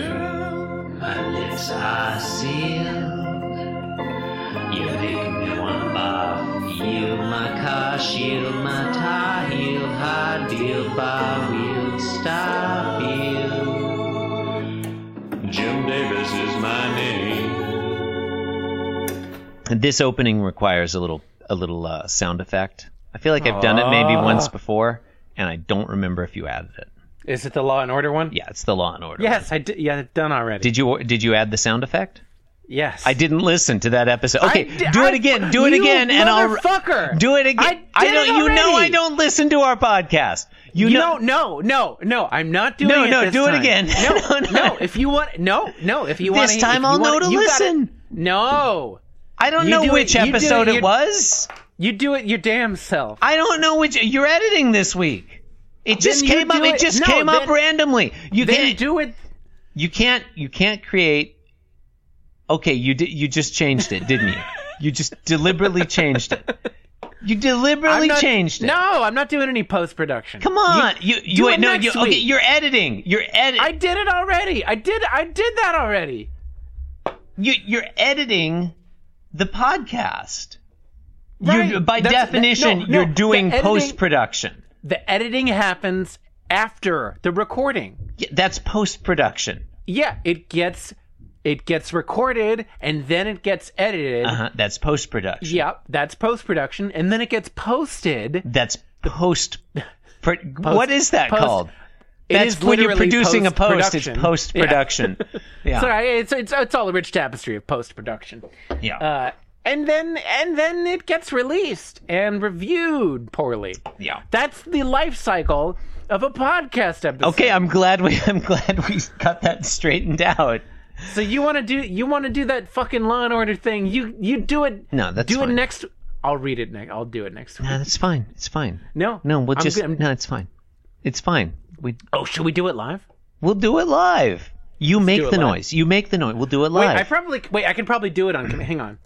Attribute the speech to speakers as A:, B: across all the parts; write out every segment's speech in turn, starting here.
A: Girl, my lips are sealed. You make me wanna barf. Yield my car, shield my tie, heel, hard deal, bar wheel, stop you. Jim Davis is my name.
B: This opening requires a little a little uh, sound effect. I feel like I've done it
C: Ah.
B: maybe once before, and I don't remember if you added it.
C: Is it the Law and Order one?
B: Yeah, it's the Law and Order.
C: Yes, I did. Yeah, done already.
B: Did you did you add the sound effect?
C: yes,
B: I didn't listen to that episode. Okay,
C: di-
B: do
C: I-
B: it again. Do it
C: you
B: again, and I'll
C: motherfucker.
B: do it
C: I
B: again.
C: did
B: don't.
C: it
B: you know I
C: already.
B: don't listen to our podcast. You,
C: You
B: know.
C: know, no, no, no. I'm not doing
B: No,
C: it.
B: no,
C: this
B: do it
C: time.
B: again.
C: No,
B: No,
C: no.
B: no.
C: If you want, no, no. If you want,
B: This time I'll know to listen.
C: no,
B: I don't
C: You
B: know
C: do it-
B: which
C: you do it-
B: episode
C: you-
B: it was.
C: you do it your damn self.
B: I don't know which you're editing this week. It just
C: you
B: came up.
C: do
B: It,
C: it-
B: just
C: no,
B: came up
C: then-
B: randomly. You
C: then
B: can't.
C: do it.
B: you can't. You can't create. Okay, you did. You just changed it, didn't you? You just deliberately changed it. You deliberately
C: I'm not-
B: changed it.
C: No, I'm not doing any post production.
B: Come on. You. You,
C: do
B: wait,
C: it
B: no.
C: next
B: You, okay,
C: week.
B: you're editing. You're editing.
C: I did it already. I did. I did that already.
B: you, you're editing the podcast.
C: Right.
B: You're, by
C: That's- that-
B: definition,
C: no, no,
B: you're
C: the
B: doing
C: editing-
B: post production.
C: The editing happens after the recording.
B: That's post production.
C: Yeah, it gets it gets recorded and then it gets edited.
B: Uh-huh. That's post production.
C: Yep, that's post production, and then it gets posted.
B: That's post. Pro- what is that
C: post-
B: called?
C: It
B: That's
C: is
B: when you're
C: literally
B: producing a post. It's
C: post-production.
B: post production. Yeah.
C: Yeah. Sorry, it's it's it's all a rich tapestry of post production.
B: Yeah.
C: Uh, and then and then it gets released and reviewed poorly.
B: yeah.
C: That's the life cycle of a podcast episode.
B: Okay, I'm glad we I'm glad we got that straightened out.
C: so you want to do you want to do that fucking Law and Order thing? You you do it.
B: No, that's
C: do
B: fine.
C: it next. I'll read it next. I'll do it next week.
B: No, that's fine. It's fine.
C: No,
B: No, we'll
C: I'm
B: just
C: good- I'm-
B: no. It's fine. It's fine. We
C: oh, should we do it live?
B: We'll do it live. You make
C: do it
B: the
C: live.
B: noise. You make the noise. We'll do it
C: Wait,
B: live.
C: I probably wait. I can probably do it on. com- Hang on.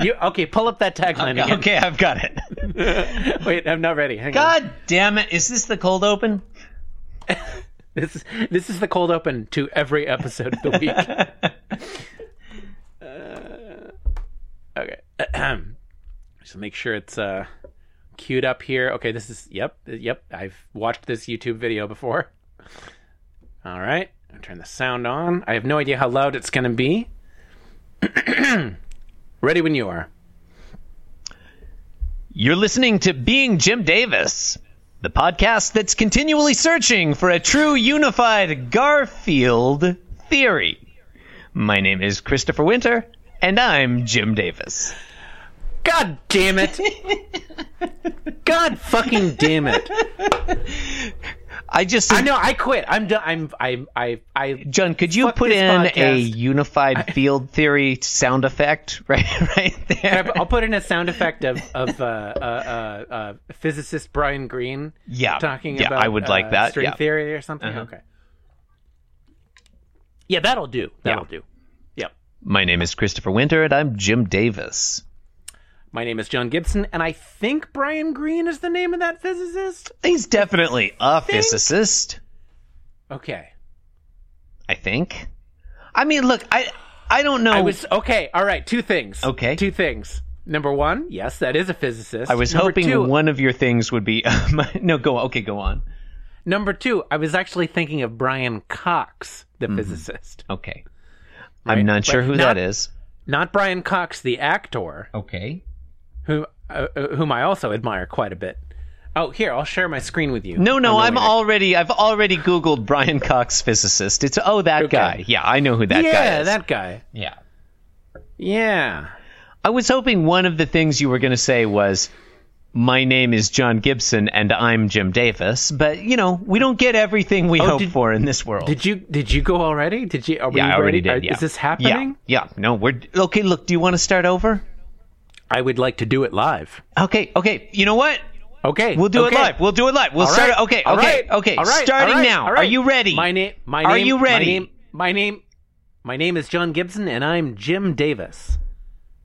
C: You okay? Pull up that tagline again.
B: okay, I've got it.
C: Wait, I'm not ready. Hang on.
B: God damn it. Is this the cold open?
C: This is this is the cold open to every episode of the week. uh, okay. Ahem. Just make sure it's uh, queued up here. Okay, this is yep, yep. I've watched this YouTube video before. All right, I'll turn the sound on. I have no idea how loud it's gonna be. ready when you are.
B: You're listening to Being Jim Davis, the podcast that's continually searching for a true unified Garfield theory. My name is Christopher Winter, and I'm Jim Davis.
C: God damn it! God fucking damn it!
B: I just.
C: I know. I quit. I'm done. I'm. I. I. I.
B: John, could you
C: Fuck
B: put
C: this
B: in a
C: podcast.
B: unified field theory sound effect right right there?
C: I'll put in a sound effect of of uh, uh, uh, uh, physicist Brian Green.
B: Yeah.
C: Talking
B: Yeah,
C: about
B: I would like
C: uh,
B: that,
C: string
B: yeah. Uh-huh.
C: theory or something. Okay. Yeah, that'll do. That'll do. Yep.
B: My name is Christopher Winter, and I'm Jim Davis.
C: My name is John Gibson, and I think Brian Green is the name of that physicist.
B: He's definitely a physicist,
C: Okay.
B: I think. I mean, look, I I don't know.
C: I was okay. All right. Two things.
B: Okay.
C: Two things. Number one, yes, that is a physicist.
B: I was
C: Number
B: hoping
C: two,
B: one of your things would be no. Go okay, go on.
C: Number two, I was actually thinking of Brian Cox, the
B: Mm-hmm.
C: physicist,
B: Okay,
C: Right,
B: I'm not
C: but
B: sure who
C: not-
B: that is.
C: not Brian Cox, the actor,
B: Okay.
C: who uh, uh, whom I also admire quite a bit. Oh, here, I'll share my screen with you. Oh,
B: No, no,
C: on the
B: I'm
C: way.
B: already. I've already googled Brian Cox physicist. It's oh that guy. Yeah, I know who that guy
C: yeah,
B: is.
C: that guy.
B: Yeah.
C: Yeah.
B: I was hoping one of the things you were going to say was, "My name is John Gibson and I'm Jim Davis," but you know we don't get everything we hope
C: Oh, did-
B: for in this world.
C: Did you did you go already? Did you? Are we
B: yeah, I already did.
C: ready? Are-
B: yeah.
C: Is this happening?
B: Yeah, yeah. No, we're okay. Look, do you want to start over?
C: I would like to do it live.
B: Okay, okay. You know what?
C: Okay,
B: We'll do
C: okay.
B: it live. We'll do it live. We'll
C: All
B: start.
C: right,
B: Okay,
C: all
B: okay,
C: right,
B: okay.
C: all right,
B: Starting
C: all right,
B: now.
C: all right.
B: Are you ready?
C: My name. My
B: Are
C: name.
B: you
C: My
B: ready?
C: name, my name. My name is John Gibson, and I'm Jim Davis.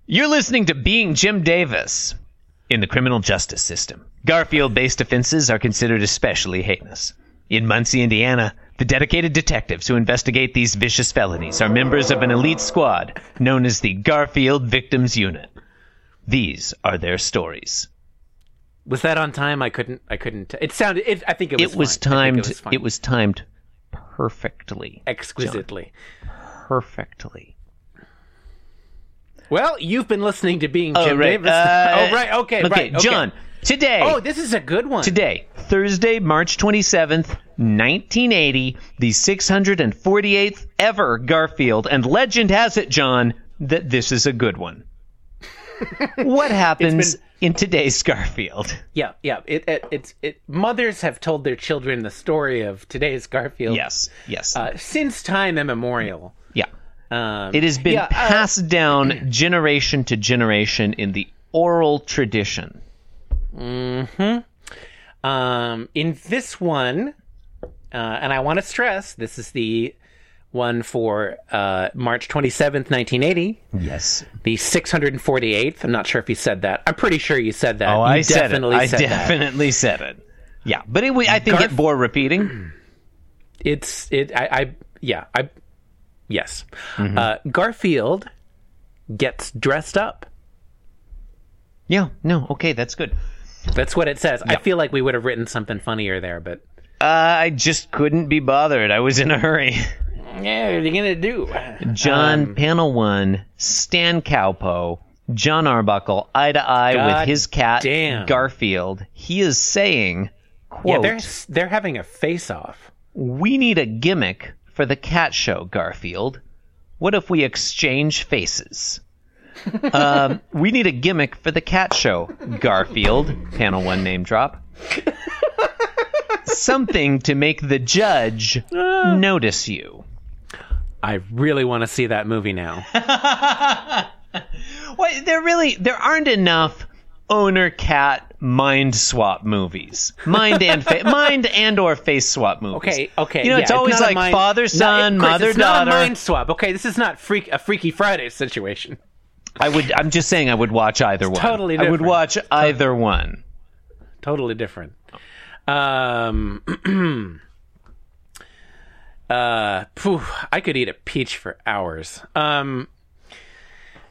B: You're listening to Being Jim Davis in the criminal justice system. Garfield based offenses are considered especially heinous. In Muncie, Indiana, The dedicated detectives who investigate these vicious felonies are members of an elite squad known as the Garfield Victims Unit. These are their stories.
C: Was that on time? I couldn't. I couldn't. It sounded. It, I think it was.
B: It was
C: fine. I think
B: timed.
C: It was, fine.
B: It was timed perfectly.
C: exquisitely.
B: Perfectly.
C: Well, you've been listening to Being
B: Oh,
C: Jim
B: right.
C: Davis.
B: Uh,
C: oh, right. Okay.
B: Okay,
C: right. Okay.
B: John. Today.
C: Oh, this is a good one.
B: Today, Thursday, March 27th, 1980, the 648th ever Garfield, and legend has it, John, that this is a good one. what happens in today's Garfield?
C: Yeah, yeah. It, it it's it. Mothers have told their children the story of today's Garfield.
B: Yes, yes.
C: Oh. Uh, since time immemorial.
B: yeah.
C: Um,
B: It has been
C: yeah, uh,
B: passed down generation to generation in the oral tradition.
C: Um, in this one, uh, and I want to stress, this is the one for uh, March 27th, 1980,
B: Yes.
C: the 648th. I'm not sure if you said that. I'm pretty sure you said that.
B: Oh,
C: you
B: I said it.
C: definitely
B: I
C: said that.
B: definitely said it. Yeah, but it, I think
C: Garf-
B: it bore repeating.
C: It's, it, I, I yeah, I, yes.
B: Mm-hmm.
C: Uh, Garfield gets dressed up.
B: Yeah, no, okay, that's good.
C: That's what it says. I feel like we would have written something funnier there, but
B: Uh, I just couldn't be bothered. I was in a hurry.
C: yeah, what are you gonna do?
B: John
C: Um,
B: Panel One, Stan Cowpo, John Arbuckle, eye to eye
C: God
B: with his cat
C: damn.
B: Garfield. He is saying,
C: Yeah,
B: "quote
C: they're they're having a face off.
B: We need a gimmick for the cat show, Garfield. What if we exchange faces?" um, we need a gimmick for the cat show, Garfield. Panel One name drop. Something to make the judge
C: Ah.
B: notice you.
C: I really want to see that movie now.
B: Well, there really there aren't enough owner cat mind swap movies. Mind and fa- mind and or face swap movies.
C: Okay, okay.
B: You know,
C: yeah,
B: it's always
C: not a
B: like
C: mind-
B: father son,
C: not, Chris,
B: mother
C: it's
B: daughter.
C: Not a mind swap. Okay, this is not freak a Freaky Friday situation.
B: I would I'm just saying I would watch either one.
C: totally
B: I would
C: different.
B: watch either one.
C: Totally different.
B: Oh.
C: Um, uh, phew, I could eat a peach for hours. Um,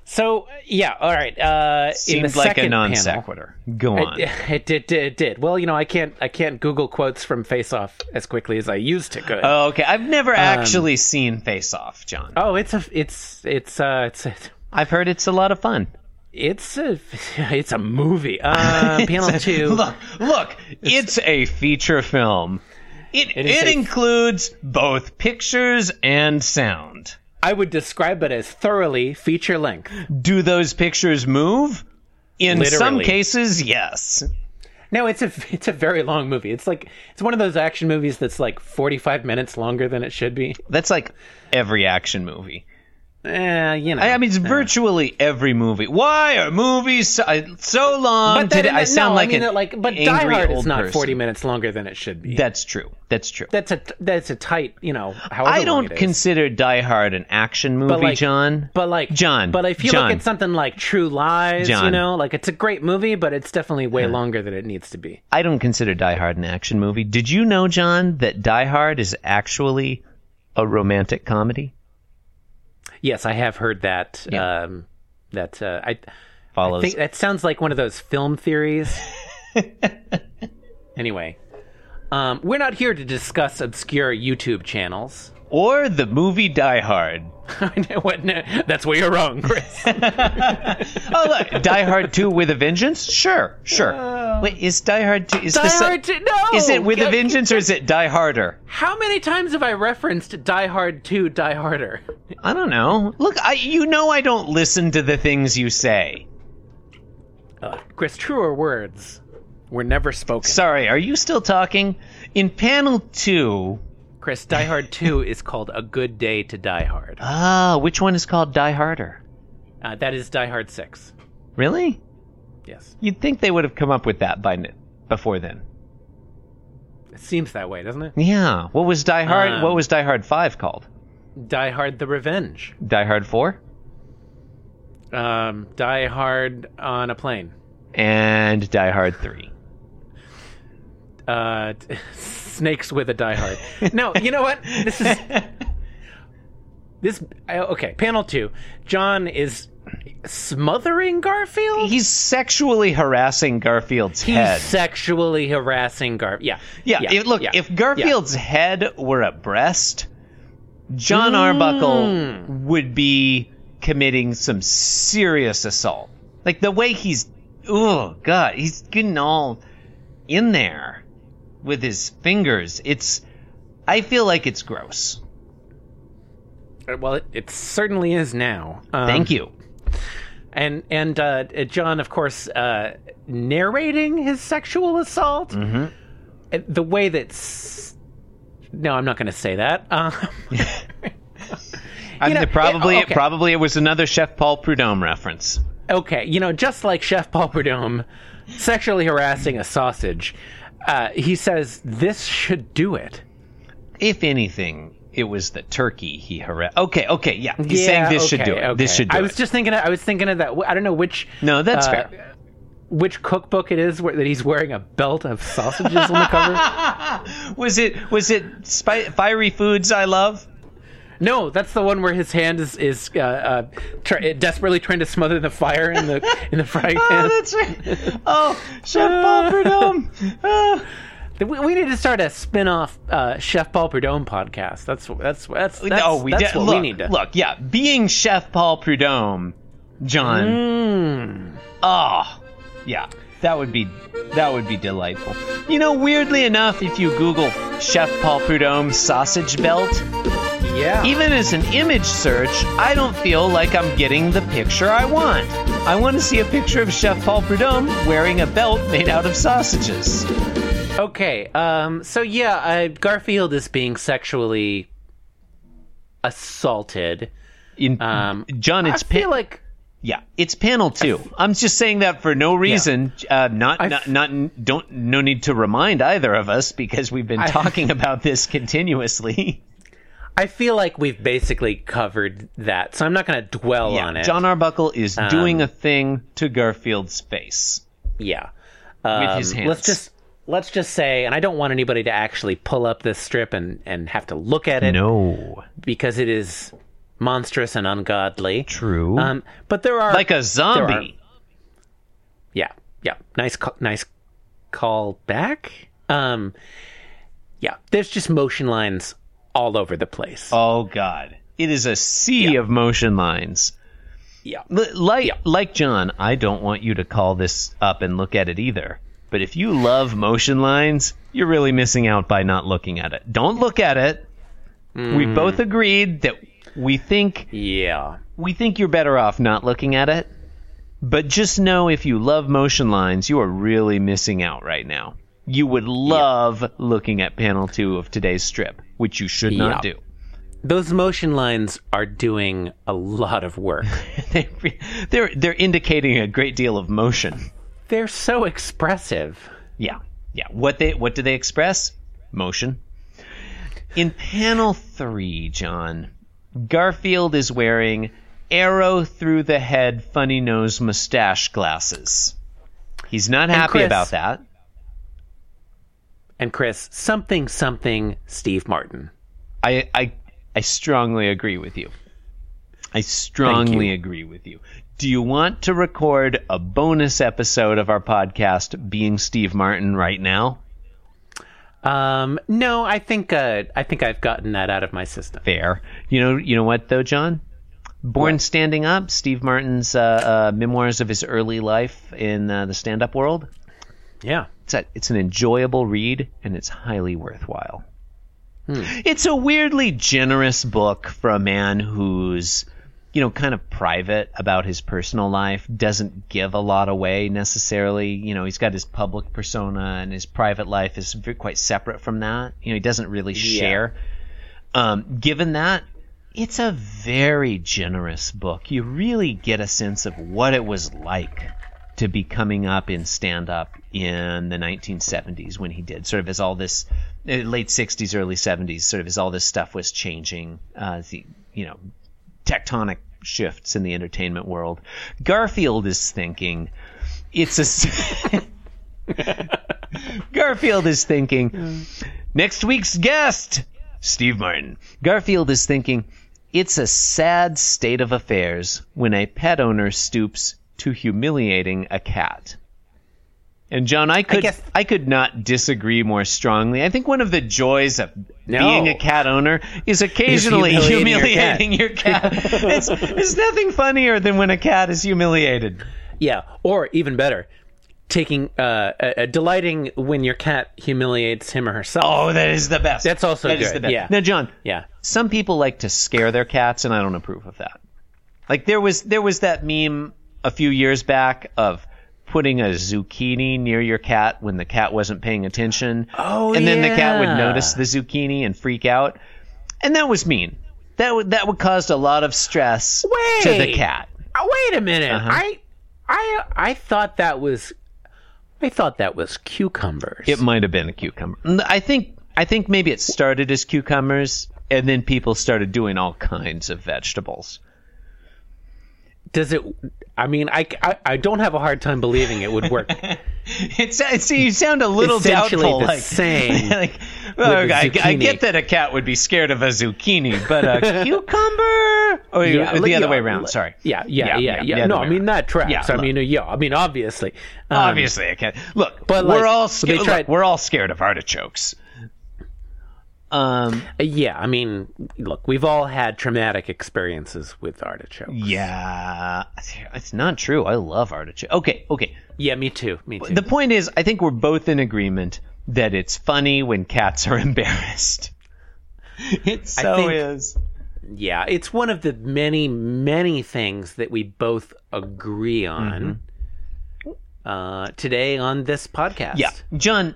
C: so yeah, all right. Uh, in
B: Seems
C: the
B: like a
C: second
B: non
C: panel-
B: sequitur. Go on.
C: It, it did, did. It did. Well, you know, I can't. I can't Google quotes from Face Off as quickly as I used to could.
B: Oh, okay. I've never actually seen Face Off, John.
C: Um, oh, it's a. It's. It's. Uh, it's. A,
B: I've heard it's a lot of fun.
C: It's a it's a movie. Uh, panel two.
B: Look, look, it's a feature film. It it,
C: is a-
B: includes both pictures and sound.
C: I would describe it as thoroughly feature length.
B: Do those pictures move? In some
C: Literally.
B: cases, yes.
C: No, it's a it's a very long movie. It's like it's one of those action movies that's like forty five minutes longer than it should be.
B: That's like every action movie.
C: Eh, you know.
B: I, I mean, it's virtually every movie. Why are movies so, I- so long? Did I sound
C: no,
B: like
C: I mean,
B: an
C: like but
B: angry
C: Die Hard
B: old
C: is not
B: person.
C: forty minutes longer than it should be.
B: That's true. That's true.
C: that's a that's a tight you know. However
B: I
C: long
B: don't
C: it is.
B: consider Die Hard an action movie,
C: like-
B: John.
C: But like
B: John,
C: but if you
B: John.
C: look at something like True Lies, you
B: John.
C: know, like it's a great movie, but it's definitely way longer than it needs to be.
B: I don't consider Die Hard an action movie. Did you know, John, that Die Hard is actually a romantic comedy?
C: Yes, I have heard that.
B: Yeah.
C: Um, that uh, I
B: Follows.
C: think that sounds like one of those film theories. anyway, um, we're not here to discuss obscure YouTube channels.
B: or the movie Die Hard.
C: What? No, That's where you're wrong, Chris.
B: Oh, look, Die Hard 2 with a Vengeance? Sure, sure. Wait, is Die Hard 2 is
C: Die
B: this a-
C: Hard Two- no!
B: Is it with a
C: Go-
B: Vengeance or is it Die Harder?
C: How many times have I referenced Die Hard 2, Die Harder?
B: I don't know. Look, I you know I don't listen to the things you say.
C: Uh, Chris, truer words were never spoken.
B: Sorry, are you still talking? In panel 2,
C: Chris, Die Hard 2 is called A Good Day to Die Hard.
B: ah, which one is called Die Harder?
C: Uh, that is Die Hard 6.
B: Really?
C: Yes.
B: You'd think they would have come up with that by n- before then.
C: It seems that way, doesn't it?
B: Yeah. What was Die Hard?
C: Um,
B: what was Die Hard Five called?
C: Die Hard The Revenge.
B: Die Hard Four
C: Um, Die Hard on a Plane.
B: and Die Hard Three.
C: uh, snakes with a diehard. no, you know what? This is this. I, okay, panel two. John is smothering Garfield.
B: He's sexually harassing Garfield's
C: He's
B: head.
C: sexually harassing Garfield. Yeah,
B: Yeah, if- look,
C: yeah,
B: if
C: yeah.
B: Garfield's head were a breast, John Arbuckle would be committing some serious assault. Like the way he's, oh god, he's getting all in there with his fingers. It's, I feel like it's gross.
C: well, it, it certainly is now. Um,
B: Thank you.
C: And and uh, John, of course, uh, narrating his sexual assault,
B: Mm-hmm.
C: Uh, the way that's no, I'm not going to say that. Um,
B: I mean,
C: know,
B: it probably,
C: it- okay.
B: probably it was another Chef Paul Prudhomme reference.
C: okay, you know, just like Chef Paul Prudhomme sexually harassing a sausage, uh, he says this should do it.
B: If anything, it was the turkey he harassed. Okay, okay, yeah. He's saying this should do
C: okay,
B: it.
C: okay.
B: This should do
C: I
B: it.
C: was just thinking. I was thinking of that. I don't know which.
B: No, that's
C: uh,
B: fair.
C: Which cookbook it is where, that he's wearing a belt of sausages on the cover?
B: Was it was it spi- fiery foods I love?
C: No, that's the one where his hand is is uh, uh, try, desperately trying to smother the fire in the in the frying pan.
B: Oh, that's right. Oh, Chef Paul Prudhomme. Oh,
C: We, we need to start a spin-off uh, Chef Paul Prudhomme podcast. That's that's that's, that's
B: no, Oh, we
C: that's
B: de-
C: what
B: look,
C: we need to
B: look. Yeah, being Chef Paul Prudhomme, John.
C: Mm.
B: Ah, yeah, that would be that would be delightful. You know, weirdly enough, if you Google Chef Paul Prudhomme sausage belt,
C: yeah.
B: even as an image search, I don't feel like I'm getting the picture I want. I want to see a picture of Chef Paul Prudhomme wearing a belt made out of sausages.
C: Okay, um, so yeah, uh, Garfield is being sexually assaulted.
B: In,
C: Um,
B: John, it's
C: I feel
B: pa-
C: like
B: yeah, it's panel two. I'm just saying that for no reason. Uh, not,
C: I
B: not
C: f-
B: not don't no need to remind either of us because we've been
C: I-
B: talking about this continuously.
C: I feel like we've basically covered that, so I'm not going to dwell on it. Um,
B: John Arbuckle is doing a thing to Garfield's face.
C: yeah,
B: With his
C: Um,
B: hands.
C: Let's just let's just say, and I don't want anybody to actually pull up this strip and and have to look at it
B: No,
C: because it is monstrous and ungodly.
B: true.
C: Um, but there are
B: like a zombie.
C: yeah yeah nice ca- nice call back. Um, yeah, there's just motion lines all over the place.
B: Oh God! It is a sea of motion lines.
C: yeah.
B: L- like like John, I don't want you to call this up and look at it either. But if you love motion lines, you're really missing out by not looking at it. Don't look at it. We
C: Mm.
B: both agreed that we think
C: Yeah.
B: we think you're better off not looking at it. But just know if you love motion lines, you are really missing out right now. You would love looking at panel 2 of today's strip, which you should not
C: Yeah.
B: do.
C: Those motion lines are doing a lot of work.
B: they re- they're they're indicating a great deal of motion.
C: They're so expressive.
B: Yeah, yeah. What they what do they express? Motion. In panel three, John Garfield is wearing arrow through the head, funny nose, mustache glasses. He's not happy
C: Chris-
B: about that.
C: And Chris, something something Steve Martin.
B: I, I I strongly agree with you. I strongly agree with you. Do you want to record a bonus episode of our podcast being Steve Martin right now?
C: Um, no, I think uh, I think I've gotten that out of my system.
B: Fair. You know you know what though, John? Born Standing Up, Steve Martin's uh, uh, memoirs of his early life in uh, the stand-up world.
C: Yeah.
B: It's a, it's an enjoyable read and it's highly worthwhile. It's a weirdly generous book for a man who's you know kind of private about his personal life, doesn't give a lot away necessarily. You know, he's got his public persona and his private life is v- quite separate from that. You know, he doesn't really share. Um, given that, it's a very generous book. You really get a sense of what it was like to be coming up in stand up in the 1970s when he did sort of as all this uh, late 60s early 70s sort of as all this stuff was changing uh, as the you know tectonic shifts in the entertainment world garfield is thinking it's a s- Garfield is thinking, next week's guest, Steve Martin. Garfield is thinking, it's a sad state of affairs when a pet owner stoops to humiliating a cat. And John, I could I,
C: guess-
B: could not disagree more strongly. I think one of the joys of
C: No.
B: being a cat owner is occasionally
C: humiliating your cat.
B: humiliating your cat. it's, it's nothing funnier than when a cat is humiliated.
C: Yeah, or even better, taking uh, uh, delighting when your cat humiliates him or herself.
B: Oh, that is the best.
C: That's also
B: That is
C: good,
B: the best.
C: yeah.
B: Now, John,
C: Yeah.
B: some people like to scare their cats, and I don't approve of that. Like there was there was that meme a few years back of putting a zucchini near your cat when the cat wasn't paying attention.
C: Oh,
B: and then the cat would
C: yeah.
B: notice the zucchini and freak out, and that was mean. That would that would cause a lot of stress to the
C: Wait.
B: cat.
C: Oh, wait a minute.
B: Uh-huh.
C: I I I thought that was I thought that was cucumbers.
B: It might have been a cucumber. N- I think I think maybe it started as cucumbers, and then people started doing all kinds of vegetables.
C: Does it I mean, I, I I don't have a hard time believing it would work.
B: It's, it's you sound a little
C: Essentially
B: doubtful.
C: the
B: like,
C: same
B: like, well,
C: with a
B: I, I
C: zucchini.
B: get that a cat would be scared of a zucchini, but a cucumber, or
C: Yeah,
B: the
C: like,
B: other
C: yeah,
B: way around.
C: like-
B: Sorry.
C: Yeah, yeah, yeah, yeah.
B: the
C: No,
B: other
C: I
B: way
C: mean
B: around.
C: that tracks.
B: Yeah, Uh,
C: I mean, uh, yeah, I mean, obviously. Um,
B: Obviously, a cat. Look,
C: but,
B: we're
C: like,
B: all
C: they
B: scared.
C: tried-
B: we're all scared of artichokes. Um.
C: Yeah, I mean, look, we've all had traumatic experiences with artichoke.
B: Yeah, it's not true. I love artichoke. Okay. Okay.
C: Yeah, me too. Me too.
B: The point is, I think we're both in agreement that it's funny when cats are embarrassed. It so
C: think-
B: is.
C: Yeah, it's one of the many, many things that we both agree on uh, today on this podcast.
B: Mm-hmm. Yeah. John,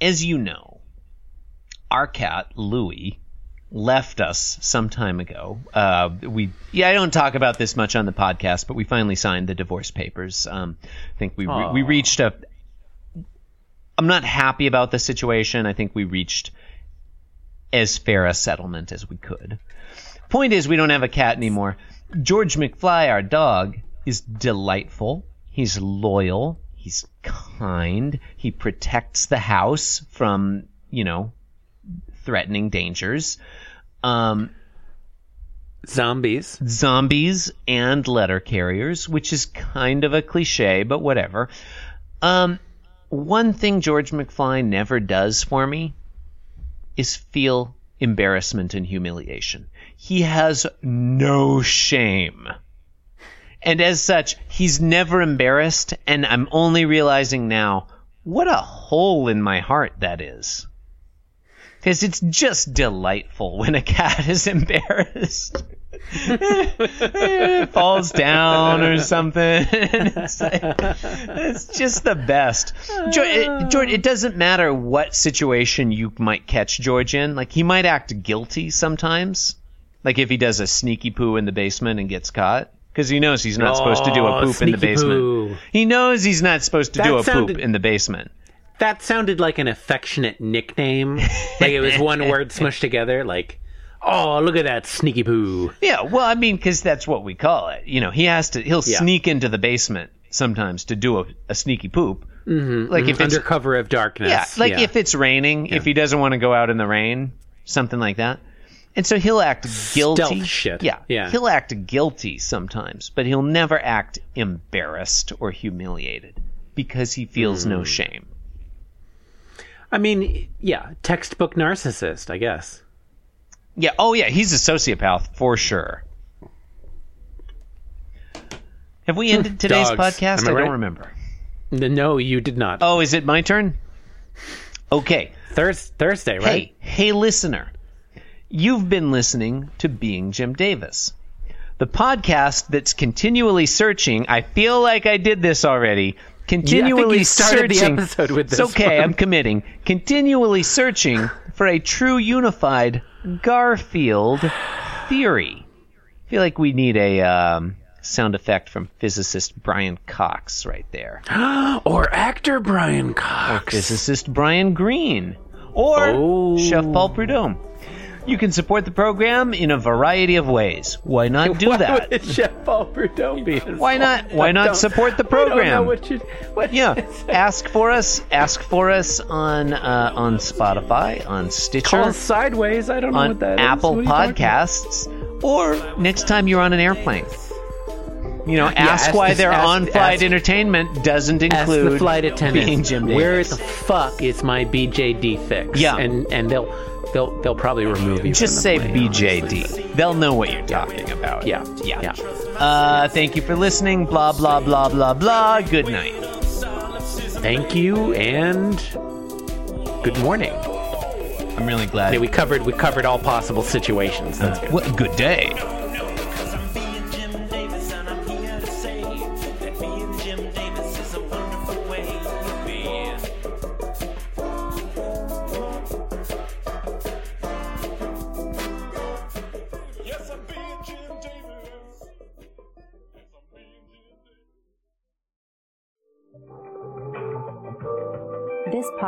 B: as you know, our cat, Louie, left us some time ago. Uh, we yeah, I don't talk about this much on the podcast, but we finally signed the divorce papers. Um, I think we re- we
C: Aw.
B: reached a I'm not happy about the situation. I think we reached as fair a settlement as we could. Point is, we don't have a cat anymore. George McFly, our dog, is delightful. He's loyal. He's kind. He protects the house from, you know, threatening dangers. Um,
C: Zombies.
B: zombies and letter carriers, which is kind of a cliche, but whatever. Um, one thing George McFly never does for me is feel embarrassment and humiliation. He has no shame. And as such, he's never embarrassed, and I'm only realizing now what a hole in my heart that is. Because it's just delightful when a cat is embarrassed. It falls down or something. it's, like- it's just the best. George it, George, it doesn't matter what situation you might catch George in. Like, he might act guilty sometimes. Like, if he does a sneaky poo in the basement and gets caught. Because he knows he's not supposed to do a
C: Oh,
B: poop in the
C: sneaky
B: basement.
C: poo.
B: He knows he's not supposed to do a
C: That sounded-
B: poop in the basement.
C: That sounded like an affectionate nickname. like it was one word smushed together. Like, oh, look at that sneaky poo.
B: Yeah, well, I mean, because that's what we call it. You know, he has to. He'll
C: Yeah.
B: sneak into the basement sometimes to do a, a sneaky poop. Mm-hmm, like if it's
C: Under cover of darkness.
B: yeah, like if it's raining, if he doesn't want to go out in the rain, something like that. And so he'll act guilty.
C: shit.
B: Yeah,
C: Yeah.
B: He'll act guilty sometimes, but he'll never act embarrassed or humiliated because he feels no shame.
C: I mean, yeah, textbook narcissist, I guess.
B: Yeah. Oh, yeah. He's a sociopath for sure. Have we ended today's
C: Dogs.
B: podcast?
C: Am
B: I don't
C: I right?
B: remember.
C: No, you did not.
B: Oh, is it my turn? Okay.
C: Thurs- Thursday, right?
B: Hey, hey, listener. You've been listening to Being Jim Davis, the podcast that's continually searching. I feel like I did this already. Continually
C: you started the
B: searching.
C: episode with
B: It's
C: this
B: okay,
C: one.
B: I'm committing. Continually searching for a true unified Garfield theory. I feel like we need a um, sound effect from physicist Brian Cox right there
C: Or actor Brian Cox.
B: physicist Brian Green, or
C: Oh.
B: Chef Paul Prudhomme. You can support the program in a variety of ways. Why not do
C: Why
B: that?
C: would Chef Albert don't be
B: Why not? Why not support the program?
C: I don't know what you. What
B: Yeah,
C: it's-
B: ask for us. Ask for us on uh, on Spotify, on Stitcher,
C: Call sideways. I don't know
B: on
C: what that is.
B: Apple
C: What are you talking about?
B: Podcasts, or next time you're on an airplane. You know, ask,
C: ask
B: why
C: this-
B: their
C: ask-
B: on-flight
C: ask-
B: entertainment doesn't
C: Ask
B: include
C: the flight attendant.
B: being Jim Davis.
C: Where the fuck is my BJD fix?
B: Yeah.
C: and and they'll they'll they'll probably remove you.
B: Just
C: from
B: say
C: the plane,
B: BJD.
C: honestly.
B: They'll know what you're talking about.
C: Yeah,
B: yeah.
C: yeah.
B: Uh, thank you for listening. Blah blah blah blah blah. Good night.
C: Thank you and good morning.
B: I'm really glad.
C: Yeah, we covered we covered all possible situations. That's good.
B: what a good day.
D: Cause I'm being Jim Davis and I'm here to say that being Jim Davis is a wonderful way to be. Yes, I'm being Jim Davis. Yes, I'm being Jim Davis.
E: This